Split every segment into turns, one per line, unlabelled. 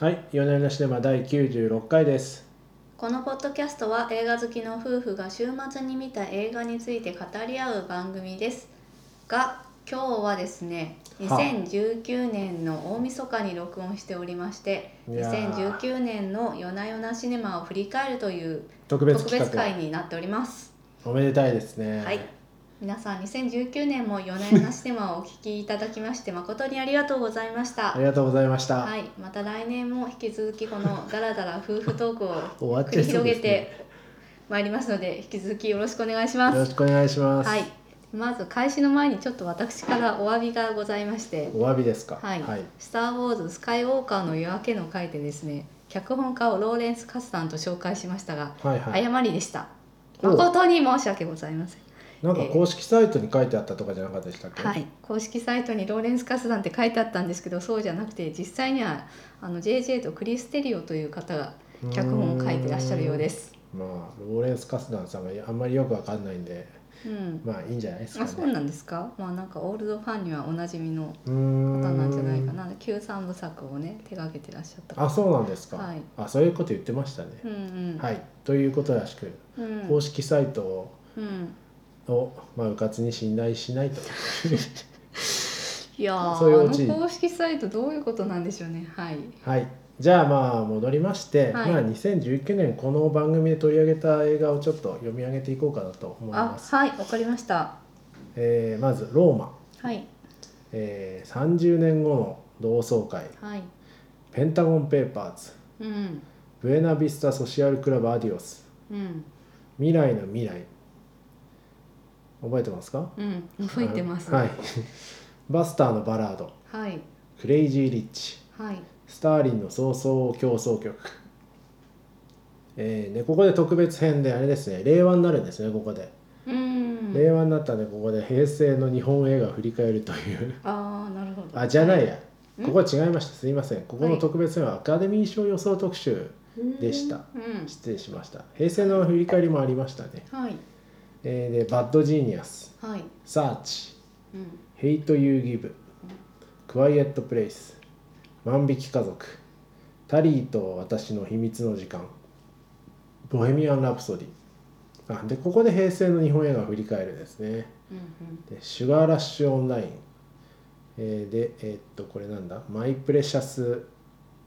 はい、夜な夜なシネマ第96回です。
このポッドキャストは映画好きの夫婦が週末に見た映画について語り合う番組ですが今日はですね
は
2019年の大晦日に録音しておりまして
いやー
2019年の夜な夜なシネマを振り返るという
特別
特
企
別
画
会になっております
おめでたいですね。
はい皆さん2019年も夜な夜なシネマをお聞きいただきまして誠にありがとうございまし
あ
た
りがとうございました。
はい、また来年も引き続きこのダラダラ夫婦トークを
終わっ
繰
ちゃ
り
いそう
広
で
げ
す、
て
ね。
まいりますので引き続きよろしくお願いし
よ
ま
ろ
す。
しくお願いします。
はい、まず開始の前にちょっと私からお詫びがございまして、
お詫びですか。
はい、スター・ウォーズスカイウォーカーの夜明けの回でですね、脚本家をローレンス・カスさんと紹介しましたが、
はい、はい。
誤りでした。
お
誠に申し訳ございません。
なんか公式サイトに書いてあったとかじゃなかったでしたっけ。
はい、公式サイトにローレンス・カスさんって書いてあったんですけど、そうじゃなくて実際にはあの JJ とクリステリオという方が
うーん
脚本を書いてらっしゃるようで。す。
まあ、ローレンス・カスダンさんがあんまりよくわかんないんで、
うん。
まあいいんじゃないですか、
あ
ね。
そうなんですか、まあ、なんかオールドファンにはおなじみの
うーん
方なんじゃないかな旧三部作をね手がけてらっしゃった
あ、そうなんですか。
はい
あ、そういうこと言ってましたね。
うんうん
はい、ということらしく、
うん
公式サイトを
うん
を、まあ、うかつに信頼しないと
いやー
そういうオチ
あの公式サイトどういうことなんでしょうねはい
はいじゃあまあ戻りまして、
はい
まあ、2019年この番組で取り上げた映画をちょっと読み上げていこうかなと思い
あ
ます、
はいわかりました
えーまず「ローマ
はい」
えー30年後の同窓会
はい」
「ペンタゴン・ペーパーズ」
うん
「ブエナビスタ・ソシアル・クラブ・アディオス」
うん
「未来の未来」覚えてますか
うん覚えてます
はい、バスターのバラード
はい
「クレイジー・リッチ」
はい
スターリンの早々競争曲、えーね、ここで特別編であれですね令和になるんですねここで、
うん
令和になったんでここで平成の日本映画を振り返るという
ああなるほど
あじゃないいやここは違いましたすいませんここの特別編はアカデミー賞予想特集でした
うん
失礼しました平成の振り返りもありましたね、
はい
えーでバッドジーニアス
はい
サーチ
うん
ヘイトユーギブクワイエットプレイス万引き家族タリーと私の秘密の時間ボヘミアン・ラプソディあでここで平成の日本映画を振り返るですね
うん
でシュガーラッシュオンライン、えーでえーっとこれなんだマイプレシャス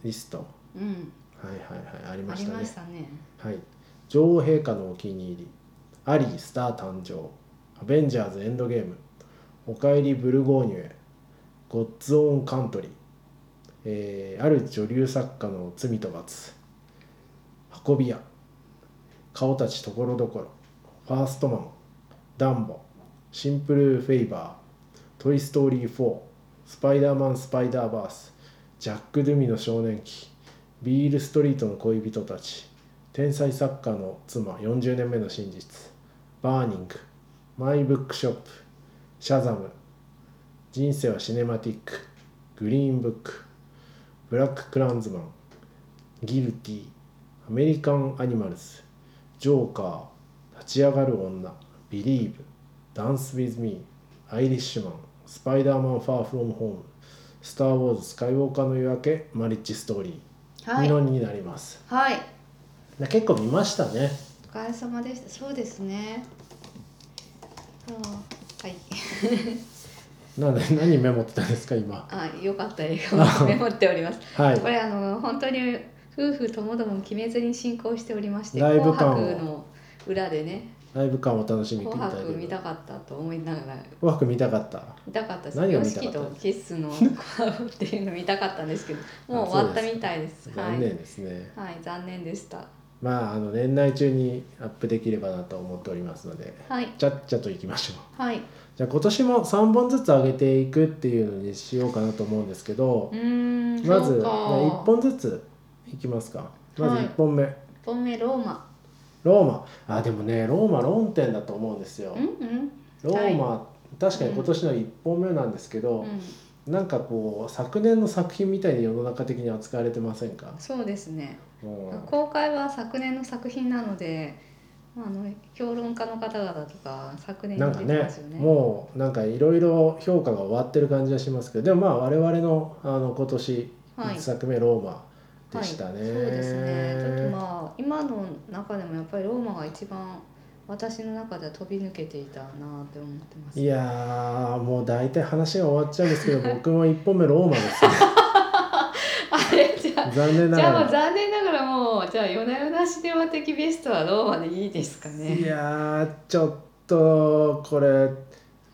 リスト
うん
はいはいはいあり
うんあ
ま
り
した
ま
ね
したね
はい女王陛下のお気に入りアリースター誕生アベンジャーズエンドゲームおかえりブルゴーニュへゴッツオンカントリー、えーある女流作家の罪と罰運び屋顔たちところどころファーストマンダンボシンプルフェイバートイ・ストーリー4スパイダーマン・スパイダーバースジャック・ドゥミの少年期ビール・ストリートの恋人たち天才作家の妻40年目の真実バーニングマイブックショップシャザム人生はシネマティックグリーンブックブラック・クランズマンギルティアメリカン・アニマルズジョーカー立ち上がる女ビリーブダンス・ウィズ・ミーアイリッシュマンスパイダーマン・ファー・フロム・ホームスター・ウォーズ・スカイウォーカーの夜明けマリッジ・ストーリー
はい
のになります、
はい
な結構見ましたね
お疲れ様でした。そうですね。うんはい。
なんで何メモってたんですか今
あ、良かった映画をメモっております。
はい
これあの本当に夫婦ともども決めずに進行しておりまして、
ライブ
紅
感を
白の裏でね、
ライブ感を楽しみにい
紅
ただけ
白見
れば
たかったと思いながら
紅白見たかった
見たかったです。
何が
ヨ
見たか
シ
っ
キ
た
とキスの紅白っていうの見たかったんですけ ど、もう終わったみたいです。はい
残。念ですね、
はい、残念でした。
まああの年内中にアップできればなと思っておりますので
はい。
ちゃっちゃといきましょう
はい。
じゃあ今年も3本ずつ上げていくっていうのにしようかなと思うんですけど
うーん。
まず
そう
ま
か
あ1本ずついきますかまず
はい
1本目、
一本目ローマ。
ローマあでもねローマ論点だと思うんですよ
うんうん。
ローマ、確かに
うん
今年の1本目なんですけど、
うん。
なんかこう昨年の作品みたいに世の中的に扱われてませんか、
そうですね。
うん
公開は昨年の作品なのであの評論家の方々とか昨年
な
に
んか
出てま
ね
すよね。
もうなんかいろいろ評価が終わってる感じがしますけどでもまあ我々のあの今年
はい
1作目「ローマ」でしたね。
はい、そうですねちょっとまあ今の中でもやっぱりローマが一番私の中では飛び抜けていたなって思ってます
いやーもう大体話が終わっちゃうん ですけど僕も1本目ローマですね
あれじゃあ
残念な
じゃあ
が
も
ら。
う残念ながらもうじゃあ夜な夜なシネマ的ベストはローマでいいですかね
いやーちょっとこれ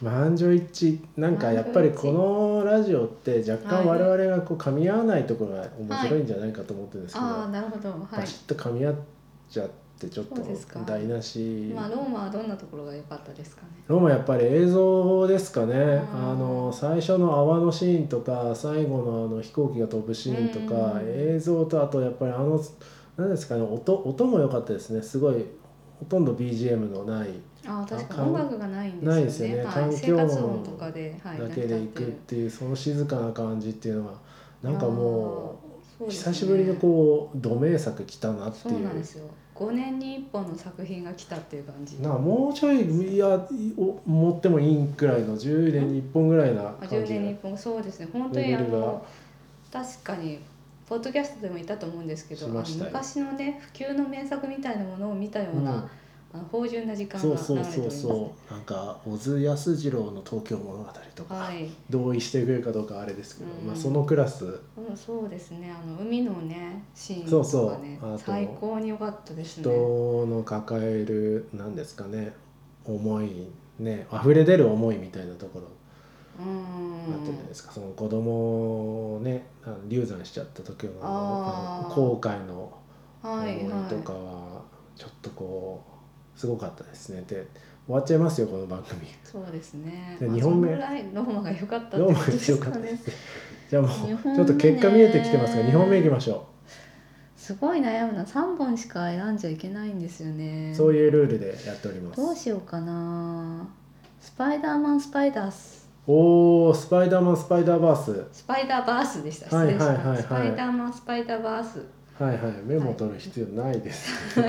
満場一致なんかやっぱりこのラジオって若干
は
我
い
々がこう噛み合わないところが面白いんじゃないかと思ってるんですけど、
ああなるほどは
バシッと噛み合っちゃってちょっと
そうですか
台無し
い、まあローマはどんなところが良かったですかね
ローマやっぱり映像ですかね、
ん
あの最初の泡のシーンとか最後のあの飛行機が飛ぶシーンとか、
うん
映像とあとやっぱりあの何ですかね音音も良かったですねすごいほとんど BGM のない
ああ確か
あ
に音楽がないんですよね
ないですよね
はい
環
生
境音
活音とかで、はい、
だけで行くっていうその静かな感じっていうのはなんかも
う
う久しぶりにこう土名作来たなって
そう
いう
なんですよ5年に1本の作品が来たっていう感じ
なんかもうちょいいやお持ってもいいくらいの10年に1本ぐらいな
あ
感
10
じ
年
の
に1本そうですね本当
レ
に
ベ
あ
ルが
の確かにポッドキャストでも言ったと思うんですけど
しました
あの
よ
昔のね普及の名作みたいなものを見たような、あの芳醇な時間が
そ
流
う
れて
そ
お
う
ります、
そうそうなんか小津安二郎の「東京物語」とか、
はい、
同意してくれるかどうかあれですけど、
うん
まあ、そのクラス
うん、そうですねあの海のねシーン
そうそう
とかね
あと
最高に良かったですね
人の抱える何ですかね思いね溢れ出る思いみたいなところ
う
があったじゃない
ん
ですか、その子供をねあの流産しちゃった時の
あー
あの後悔の思
はいい
とか
は
はちょっとこうすごかったですねで終わっちゃいますよこの番組
いそうですね
で
まあ
二本目
そのぐらいローマが良かったって
どう
こ
も
とで
強
す
か
か
ったで
ね
すねじゃあも
二本
う
目
ちょっと結果見えてきてますが2本目いきましょう
すごい悩むな3本しか選んじゃいけないんですよね
そういうルールでやっております。
どうしようかなスパイダーマンスパイダース
おお、スパイダーマンスパイダーバース。
スパイダーバースでした
はい
失
はい
礼しました、
はいはい
スパイダーマンスパイダーバース
はいはい、メモ取る必要ないです。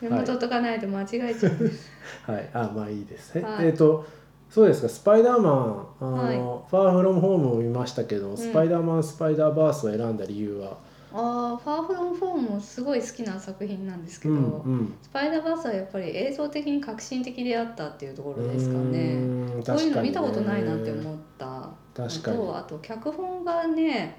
メモ取っとかないと間違えちゃうんです、
はい、あ、まあいいですね。
はい
えっ、と、そうですか、スパイダーマン、あの、ファーフロムホームを見ましたけど、スパイダーマンスパイダーバースを選んだ理由は。
ああファーフロムフォームもすごい好きな作品なんですけ
う
ど、
ん、うん。
スパイダーバースはやっぱり映像的に革新的であったっていうところですかね
うーん
こういうの見たことないなって
う。
思った
確かに
あ。とあと脚本がね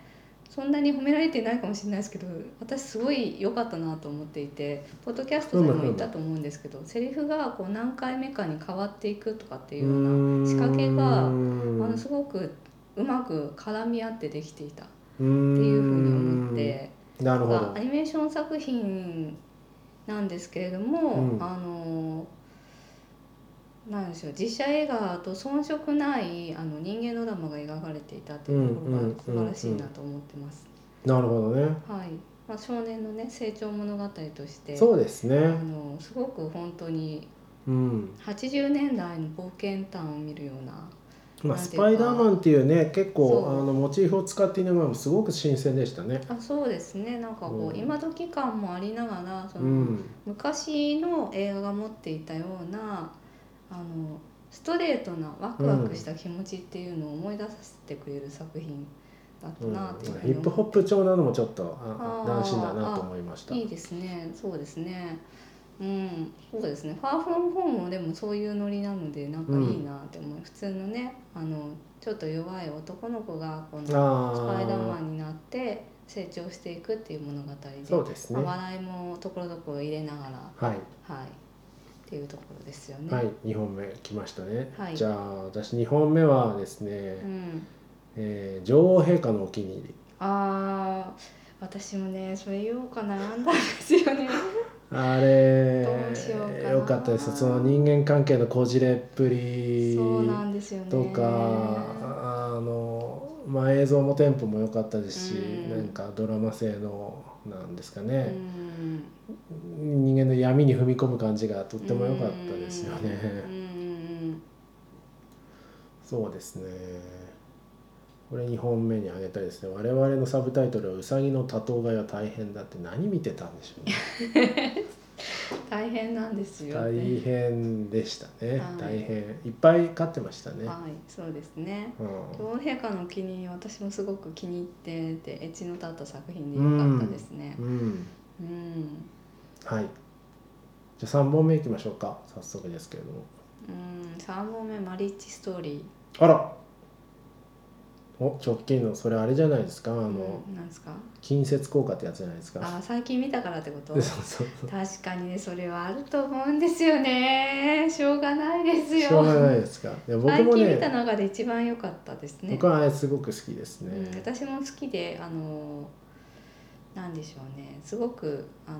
そんなに褒められてないかもしれないですけど私すごい良かったなと思っていてポッドキャストでも言ったと思うんですけどセリフがこう何回目かに変わっていくとかっていうような仕掛けがあのすごくうまく絡み合ってできていたって
て
いうふうに思っ。て
なるほ
ま
ど
あア。ニメーション作品なんですけれども、
うん
あのなんでしょう実写映画と遜色ないあの人間ドラマが描かれていたというところ
うんうんうんう
が
ん
素晴らしいなと思ってます。
なるほどね。
はいまあ、少年の、ね、成長物語として
そうです
あ
ね。
のすごく本当に
うん。
80年代の冒険譚を見るような
まあ、
なん
ス
ていうか
パイダーマンっていうね結構
そう
あのモチーフを使っているのもすごく新鮮でしたね。
あそうですねなんかこ
うん
う今時感もありながらそうの、
ん、
昔の映画が持っていたようなあのストレートなワクワクした気持ちっていうのを思い出させてくれる作品だった
うん
なっていうふう
ヒ
に
ップホッ
思
プ調なのもちょっとあ
あー
斬新だなと思いました。
いいですねそうですねうんそうですね「ファーフロムホーム」もでもそういうノリなのでなんかいいなって思う、普通のねあのちょっと弱い男の子がこのス
あー
パイダーマンになって成長していくっていう物語で
そうですね。
ま
は
あ笑いもところどころ入れながら
い、
はい、っていうところですよね。
はい、二本目来ましたね。
はい
じゃあ私二本目はですね、
うん、
えー女王陛下のお気に入り。
ああ私もねそれ言おうか悩んだんですよね。
あれ
どうしようかな
よかったですその人間関係のこじれっぷり
そうなんですよね。
とか、あのまあ、映像もテンポも良かったですし、
うん
なんかドラマ性のなんですか
う
ね、
ん、
人間の闇に踏み込む感じがとっても良かったですよね、
うんうん
そうですねこれ2本目に挙げたいですね我々のサブタイトルは「うさぎの多頭飼いは大変だ」って何見てたんでしょうね
大変なんですよね、
大変でしたね、
はい
大変いっぱい飼ってましたね、
はいそうですね
うん、
女王陛下のお気に入り私もすごく気に入っててエッジの立った作品でよかったですね
うん、
うん
はいじゃあ3本目いきましょうか早速ですけれども
うん3本目マリッジストーリ
あらお直近のそれあれじゃないですかあ
ー
の、
うんなんですか
近接効果ってやつじゃないですか
あー最近見たからってこと
でそうそうそう
確かにねそれはあると思うんですよねしょうがないですよ
しょうがないですかいや僕
最
も
近見た
ね
中で一番良かったですね
僕はあれすごく好きですね、
うん、私も好きであのなんでしょうねすごくあの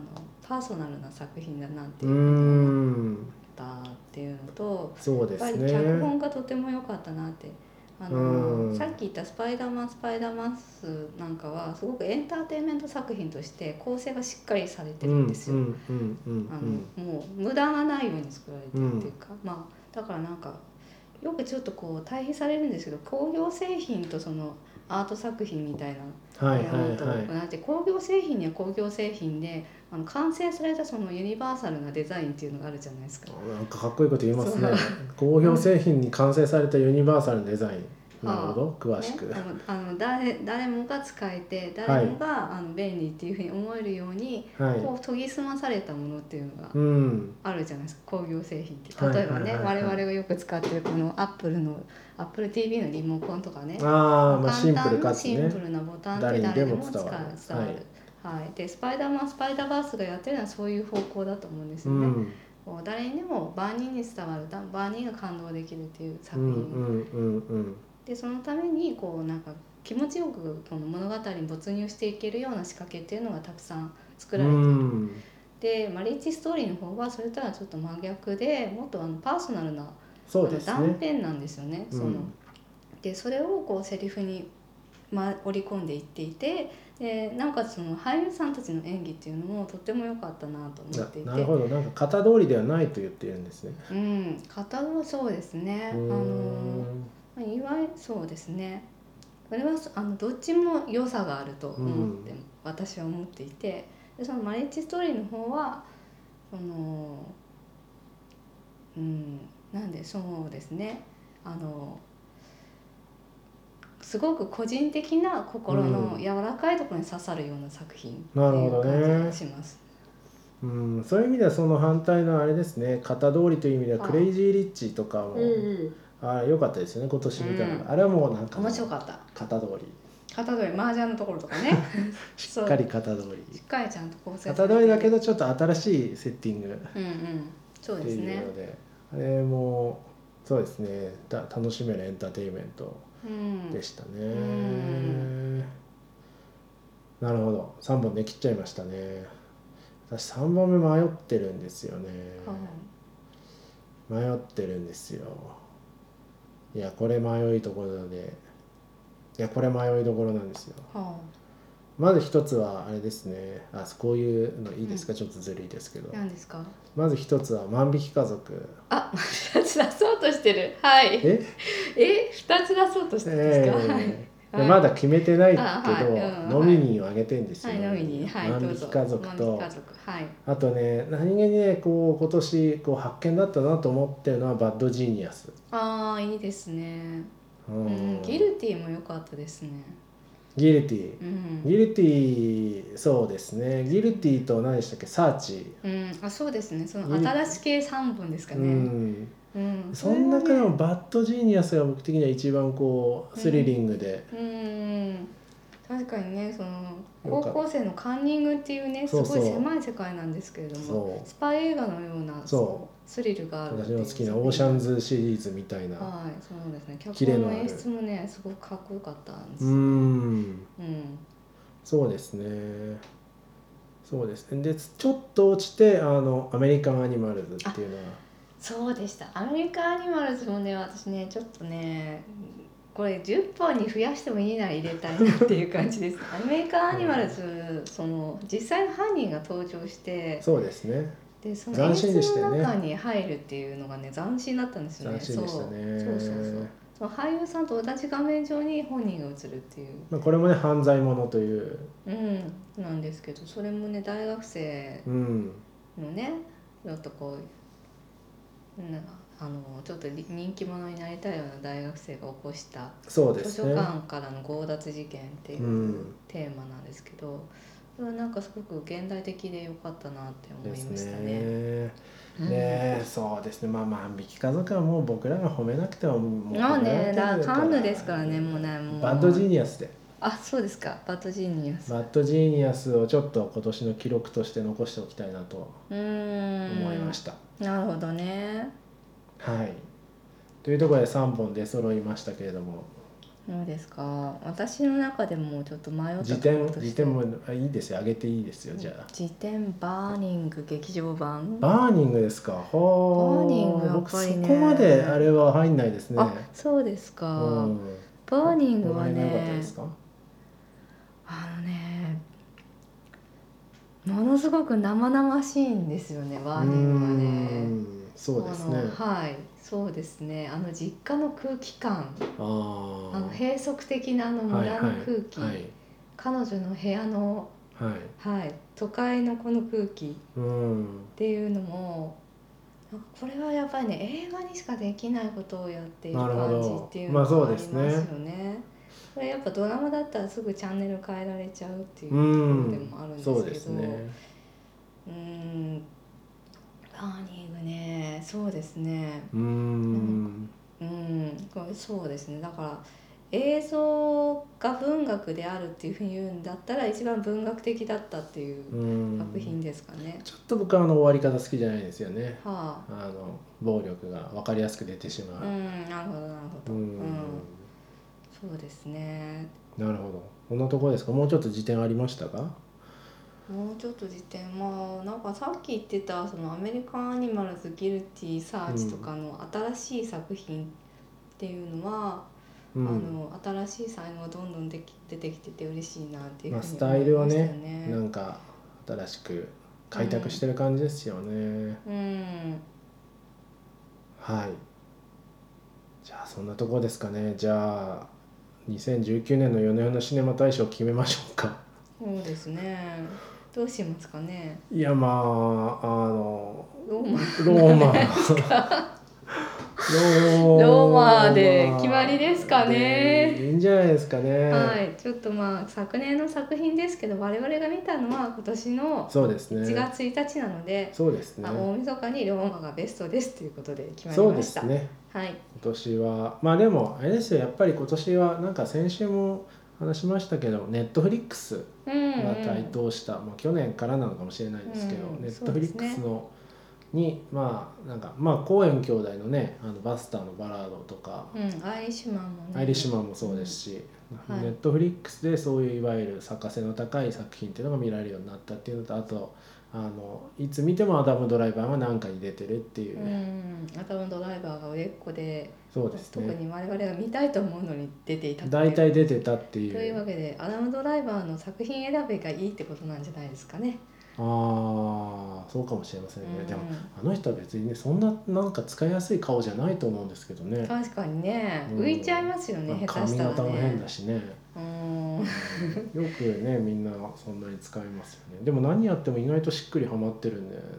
パーソナルな作品だなって
う
い
ー
うのが
ん
あったっていうのと、
そうで
やっ
す
ぱり
ね
脚本がとても良かったなってあの、
うん
さっき言った「スパイダーマンスパイダーマンス」なんかはすごくエンターテインメント作品として構成がしっかりされてるんですよ。
うんうんうん
あ
うん
のもう無駄がないように作られてるっていうか、まあだからなんかよくちょっとこう対比されるんですけど工業製品とそのアート作品みたいな
うんはい
ものと
はいは
同じ工業製品には工業製品であの完成されたそのユニバーサルなデザインっていうのがあるじゃないですか。
いなんかかっこいいこと言いますね
そう
工業製品に完成されたユニバーサルデザイン
うん
なるほど詳しく、
ね、あのあの誰誰もが使えて誰もが、あの便利っていうふうに思えるように、
は
こう研ぎ澄まされたものっていうのが
いうん
あるじゃないですか工業製品って
はい
例えばね、
はいはいはい
我々がよく使ってるこのアップルのアップル TV のリモコンとかね
ああまあシン
簡
プル
単
か
な
つ
シン
ね
プルなボタンって誰
誰
で
にで
も
も
使う
伝
伝わ
わ
る
る。
はい、でスパイダーマンスパイダーバースがやってるのはそういう方向だと思うんです
う
よね。
ん
こう誰にでも万人に伝わるだ万人が感動できるっていう
う
作
ん
品、
うんうんうん
でそのためにこうなんか気持ちよくこの物語に没入していけるような仕掛けっていうのがたくさん作られている、
うん
でマリッジストーリーの方はそれとはちょっと真逆でもっとあのパーソナルな
そうです
あの断
ね
片なんですよね。その
うん
でそれをこうセリフに、ま、織り込んでいっていてでなおかつその俳優さんたちの演技っていうのもとっても良かったなと思っていて
ななるほどなんか型通りではないと言っているんですね
うん、型もそうですね。あ
うー
の
ん
まあいわゆるそうですねこれはそあのどっちも良さがあると思って、
うん
私は思っていてでそのマリッジストーリーの方はそのうんなんでそうですねあのすごく個人的な心の
うん
柔らかいところに刺さるような作品ってい
なるほ
う
どね
感じがします。
うん、そういう意味ではその反対のあれですね型通りという意味では
はい
クレイジー・リッチとかも、
うん
あ良かったですよね今年見たら、
うん
あれはもうなんか
面白かった
型通り
型取り麻雀のところとかね
しっかり型通
し
り
っかりちゃんと構成さ
型
れて
通
る
りだけどちょっと新しいセッティングっ
うんうんそう
て
です
い
ね
うのであれもそうですねだ楽しめるエンターテインメント
うん
でしたね、
ん
なるほど3本で切っちゃいましたね私3本目迷ってるんですよね、
は
迷ってるんですよいやこれ迷いところでいやこれ迷いどころなんですよ
いは
まず一つはあれですねあこういうのいいですか、ちょっとずるいですけど
い何ですか
まず一つは万引き家族
あ二つ出そうとしてるはい
え
え二つ出そうとしてるんです
え
か、はい
え
はい
まだ決めてないけど、
あはいうん
ノミニーをあげてんですよ、
はいのみにはい
万
ど
引
う
き
ぞ
家族
万引
と
き家族はい
あとね何気にねこう今年こう発見だったなと思ってるのはバッドジーニアス、
ああいいですね
う
うんんギルティも良かったですね
ギルティ
うん
ギルティそうですねギルティと何でしたっけサーチ、
うんあそうですねその新しい系三本ですか
う
ね
ん
うん
その中でもバッドジーニアスが僕的には一番こうスリリングで、
うん確かにねその
よか
高
った
校生のカンニングっていうねす
そう
ごい
そう
狭い世界なんですけれども
そう
スパイ映画のような
そ
スリルがある
私の好きなオーシャンズシリーズみたいな、
はいそうですね
キ
脚
レ
本
のあ
の
る
演出もねすごくかっこよかったんです
う
よ
ん
うん
そうですねそうですねでちょっと落ちてあのアメリカンアニマルズっていうのは
そうでしたアメリカンアニマルズもね私ねちょっとねこれ10本に増やしてもいいなら入れたいなっていう感じ ですアメリカンアニマルズその実際の犯人が登場して
そうですね
でその
斬新で
演
した
出
よ
の
ね
中に入るっていうのがね斬新だったんですよね
斬新でしたね
そうそうそうそうその俳優さんと同じ画面上に本人が映るっていう
まあ、これもね犯罪者という
うんなんですけどそれもね大学生
うん
のねちょっとこうなんだあのちょっとり人気者になりたいような大学生が起こした
そうで
図
す
書
ね
館からの強奪事件っていううんテーマなんですけど、それはなんかすごく現代的で良かったなって思
で
い
す
ましたね。
ね。
うん
ねえそうですねまあ万引き家族はもう僕らが褒めなくてももう
まあね
褒められてるら
だカンヌですからねもうねもう
バッドジーニアスで
あそうですかバッドジーニアス。
バッドジーニアスをちょっと今年の記録として残しておきたいなと
うーん
思いました、
なるほどね。
はいというところで3本出揃いましたけれども
どうですか私の中でもちょっと迷った
辞
ところ
典
として
辞典もあいいですよ上げていいですよじゃあ、
辞典バーニング劇場版
バーニングですかほ
バーニングやっ
僕
ぱ
そ
りね
こまであれは入んないですね
あそうですか、
うん
バーニングは
ご覧にならなかった
ね
ですか
あのねものすごく生々しいんですよねバーニングは
う
ね
んそうですね
あのはいそうですねあの実家の空気感
あー
あの閉塞的なあの
はいは
村
い
の空気、
はい
彼女の部屋の
はい
はい都会のこの空気
うん
っていうのもなんかこれはやっぱりね映画にしかできないことをやっている
なるほ
感
ど
じっていう
ま
の
あそう
があり
で
ます
す
よ
ね
ね。これやっぱドラマだったらすぐチャンネル変えられちゃうっていう
う
ところで
ん
もあるんですけど、
そうですね
うーんラーニングねそうですね
うん
うんこれそうですねだから映像が文学であるっていうふうに言うんだったら一番文学的だったっていう
うん
作品ですかね。
ちょっと僕はあの終わり方好きじゃないんですよね
は
あの暴力が分かりやすく出てし
あ、
ま
う
うん
なるほどなるほど。
うん
うんそうですね。
なるほどこんなところですかもうちょっと辞典ありましたか
もうちょっと時点まあなんかさっき言ってたそのアメリカンアニマルズギルティサーチとかの新しい作品っていうのは、
うん
あの新しい才能がどんどんでき出てきてて嬉しいなっていう
まあ
ふうに
スタイルをね
思いました
な
よ
んか新しく開拓してる感じですよね、
うん
はいじゃあそんなところですかねじゃあ2019年の夜の夜のシネマ大賞決めましょう か
そうですね。どうしますかね。
いやまああの
ローマ
ローマロー
ローマで決まりですかね
でいいんじゃないですかね
はい、ちょっとまあ昨年の作品ですけど我々が見たのは今年の
そうですね
1月1日なので、
そうですね
あ大晦日にローマがベストですということで決まり
そう
ま
で
した。
すね
はい。
今年はまあでもあれですよやっぱり今年はなんか先週も話しましたけどネットフリックス
うん、うん。
が台頭した、まあ、去年からなのかもしれないですけど、
うん
ネッ
そ
ト
う
フ
で
リ
す
ッ
ね
クスのにまあなんかまあコーエン兄弟のねあのバスターのバラードとか、
うん、アイリッシュマンもね。
アイリッシュマンもそうですし、
うんはい
ネットフリックスでそういういわゆる作家性の高い作品っていうのが見られるようになったっていうのとあとあのいつ見てもアダム・ドライバーが何かに出てるっていうう、
ん、アダムドライバーが売れっ子で、
そうです
特
ね
に我々が見たいと思うのに出ていたっていう
大体出てたってい
というわ
う
けでアダム・ドライバーの作品選びがいいってことなんじゃないですかね。
ああそうかもしれませんね、
うん
でもあの人は別にねそんななんか使いやすい顔じゃないと思うんですけどね、
確かにね、
うん
浮いちゃいますよね、
まあ
下手
髪
したら
型も変
ね
だ。しね
うん、
よくねみんなそんなに使いますよねでも何やっても意外としっくりはまってるんでなんか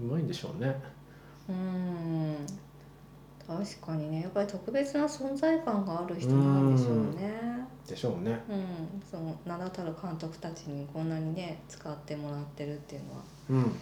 うまいんでしょうね
うん、確かにね、やっぱり特別な存在感がある人なんでしょうね。
でしょうね
うん、その名だたる監督たちにこんなにね使ってもらってるっていうのは
うん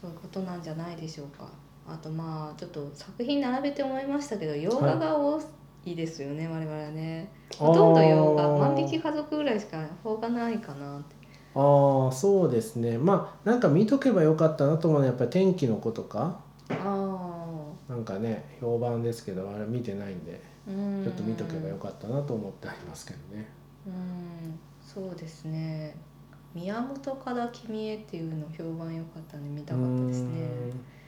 そういうことなんじゃないでしょうかあとまあちょっと作品並べて思いましたけど洋画が多いですよね、我々はねほとんど洋画万引き家族ぐらいしか方がないかなって
あーあーそうですねまあなんか見とけばよかったなと思うのはやっぱり天気の子とか
ああ
なんかね評判ですけどあれ見てないんで
うん
ちょっと見とけばよかったなと思ってありますけどね
うんそうですね宮本から君へっていうの評判良かったんで見たかったですね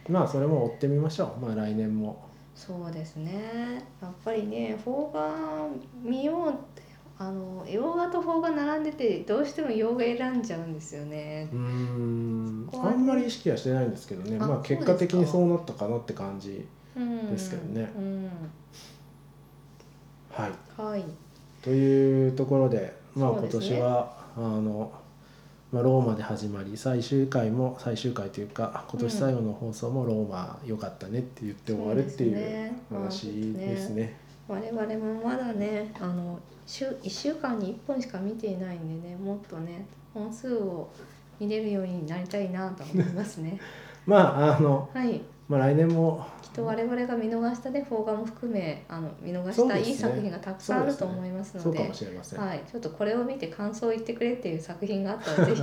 うーんまあそれも追ってみましょうまあ来年も
そうですねやっぱりね邦画見ようってあの洋画と邦画並んでてどうしても洋画選んじゃうんですよね
うーん
そこは
あ
ね
んまり意識はしてないんですけどね
あ
まあ
そうです
結
か
果的にそうなったかなって感じ
うん
ですけどね
うん
はい
はい
というところでまあ
そう
今
ですね
年は、あのまあ、ローマで始まり最終回も最終回というか今年最後の放送もローマ良かったねって言って終わるって
そうです
い
ね
う話ですね。
我々もまだねあの週1週間に1本しか見ていないんでねもっとね本数を見れるようになりたいなと思います ね
まああの、
はい
まあ、来年も
きっと我々が見逃したね邦画も含めあの見逃
そ
し
う
た
ですね
いい作品がたくさんあると思います
そ
の
う
で
かもしれません。
はい、ちょっとこれを見て感想を言ってくれっていう作品があったらぜひ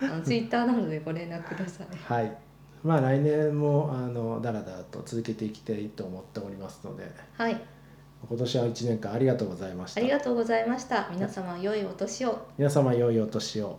あのツイッターなどでご連絡ください。
はい。まあ来年もあのだらだらと続けていきたいと思っておりますので、
はい、
今年は1年間ありがとうございまし
あ
た。
りがとうございました。皆様良いお年を。
皆様良いお年を。